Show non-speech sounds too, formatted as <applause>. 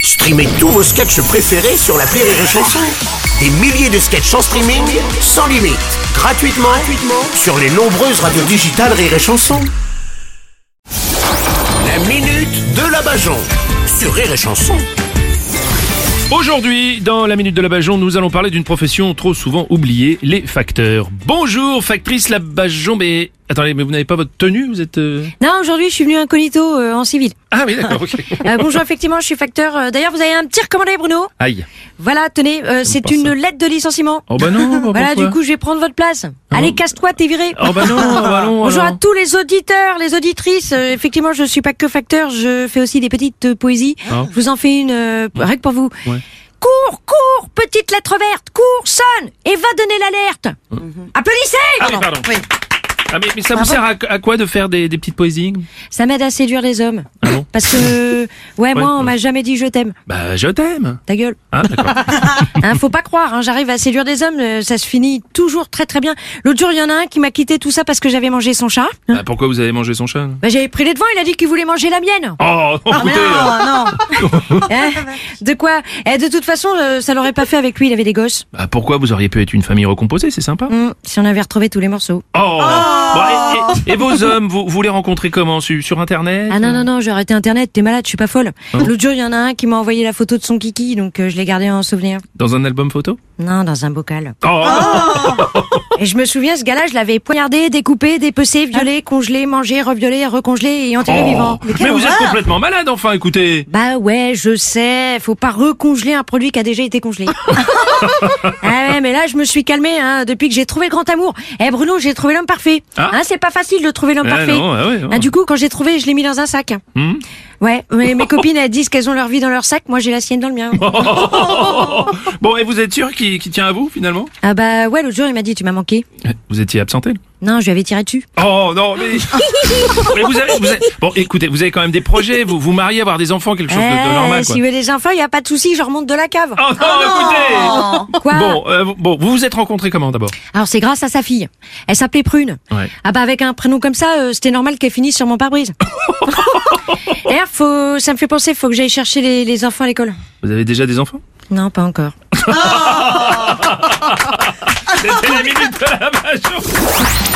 Streamez tous vos sketchs préférés sur la Rire et Chanson. Des milliers de sketchs en streaming, sans limite, gratuitement, gratuitement sur les nombreuses radios digitales Rire et Chanson. La minute de la Bajon sur Rire et Chanson. Aujourd'hui, dans la Minute de la Bajon, nous allons parler d'une profession trop souvent oubliée, les facteurs. Bonjour, factrice la Bajon, mais... Attendez, mais vous n'avez pas votre tenue, vous êtes... euh, Non, aujourd'hui, je suis venue incognito euh, en civil. Ah oui, d'accord, <laughs> ok. Euh, bonjour, effectivement, je suis facteur. Euh, D'ailleurs, vous avez un petit recommandé, Bruno Aïe. Voilà, tenez, euh, c'est pas une ça. lettre de licenciement. Oh bah non, bah voilà, pourquoi Ah du coup, je vais prendre votre place. Allez, casse-toi, t'es viré. Oh bah non, allons, <laughs> Bonjour à tous les auditeurs, les auditrices. Euh, effectivement, je suis pas que facteur, je fais aussi des petites euh, poésies. Ah. Je vous en fais une, euh, rien que pour vous. Ouais. Cours, cours, petite lettre verte, cours, sonne et va donner l'alerte. Applaudissez Ah oui, pardon. Oui. Ah mais, mais ça vous sert à, à quoi de faire des, des petites poésies Ça m'aide à séduire les hommes. Ah bon Parce que, euh, ouais, moi, ouais. on m'a jamais dit je t'aime. Bah je t'aime. Ta gueule. Ah d'accord. <laughs> Hein, faut pas croire, hein, j'arrive à séduire des hommes, euh, ça se finit toujours très très bien. L'autre jour, il y en a un qui m'a quitté tout ça parce que j'avais mangé son chat. Bah, pourquoi vous avez mangé son chat là Bah, j'avais pris les devants, il a dit qu'il voulait manger la mienne. Oh, <laughs> écoutez, euh, Hein de quoi Eh, De toute façon, euh, ça l'aurait pas fait avec lui, il avait des gosses. bah, pourquoi vous auriez pu être une famille recomposée, c'est sympa. Hum, si on avait retrouvé tous les morceaux. Oh, Bon, et, et- et vos hommes, vous, vous les rencontrez comment sur, sur Internet Oh. Ah non, non, non, j'ai arrêté Internet, t'es malade, je suis pas folle. Ah L'autre jour, il y en a un qui m'a envoyé la photo de son kiki, donc euh, je l'ai gardé en souvenir. Dans un album photo Non, dans un bocal. Oh, Et je me souviens, ce gars-là, je l'avais poignardé, découpé, dépecé, violé, congelé, mangé, reviolé, recongelé et enterré Oh, vivant. Mais, vous êtes complètement malade, enfin, écoutez. Bah ouais, je sais, faut pas recongeler un produit qui a déjà été <laughs> congelé. ah ouais, mais là je me suis calmée hein, depuis que j'ai trouvé le grand amour. Eh Bruno, j'ai trouvé l'homme parfait. Ah. Hein, c'est pas facile de trouver l'homme Ah parfait. non, ah ouais, non. Ah, du coup, quand j'ai trouvé, je l'ai mis dans un sac. Hmm Ouais, mais mes copines elles disent qu'elles ont leur vie dans leur sac, moi j'ai la sienne dans le mien. Oh. Bon, et vous êtes sûr qu'il qu'il tient à vous, finalement ah bah ouais, l'autre jour il m'a dit tu m'as manqué. Vous étiez absenté là Non, je lui avais tiré dessus. Oh non, <laughs> mais... mais vous avez, vous avez- Bon, écoutez, vous avez quand même des projets, vous vous mariez, avoir des enfants, quelque chose de- de, Eh, normal, si quoi. vous voulez des infos, y a pas de souci, je remonte de la cave. Oh non, écoutez Quoi Bon, euh, bon, vous vous êtes rencontrés comment, d'abord Alors c'est grâce à sa fille. Elle s'appelait Prune. Ouais. Ah bah avec un prénom comme ça, euh, c'était normal qu'elle finisse sur mon pare-brise. D'ailleurs, faut, ça me fait penser, faut que j'aille chercher les, les enfants à l'école. Vous avez déjà des enfants Non, pas encore. C'était la minute de la Bajon.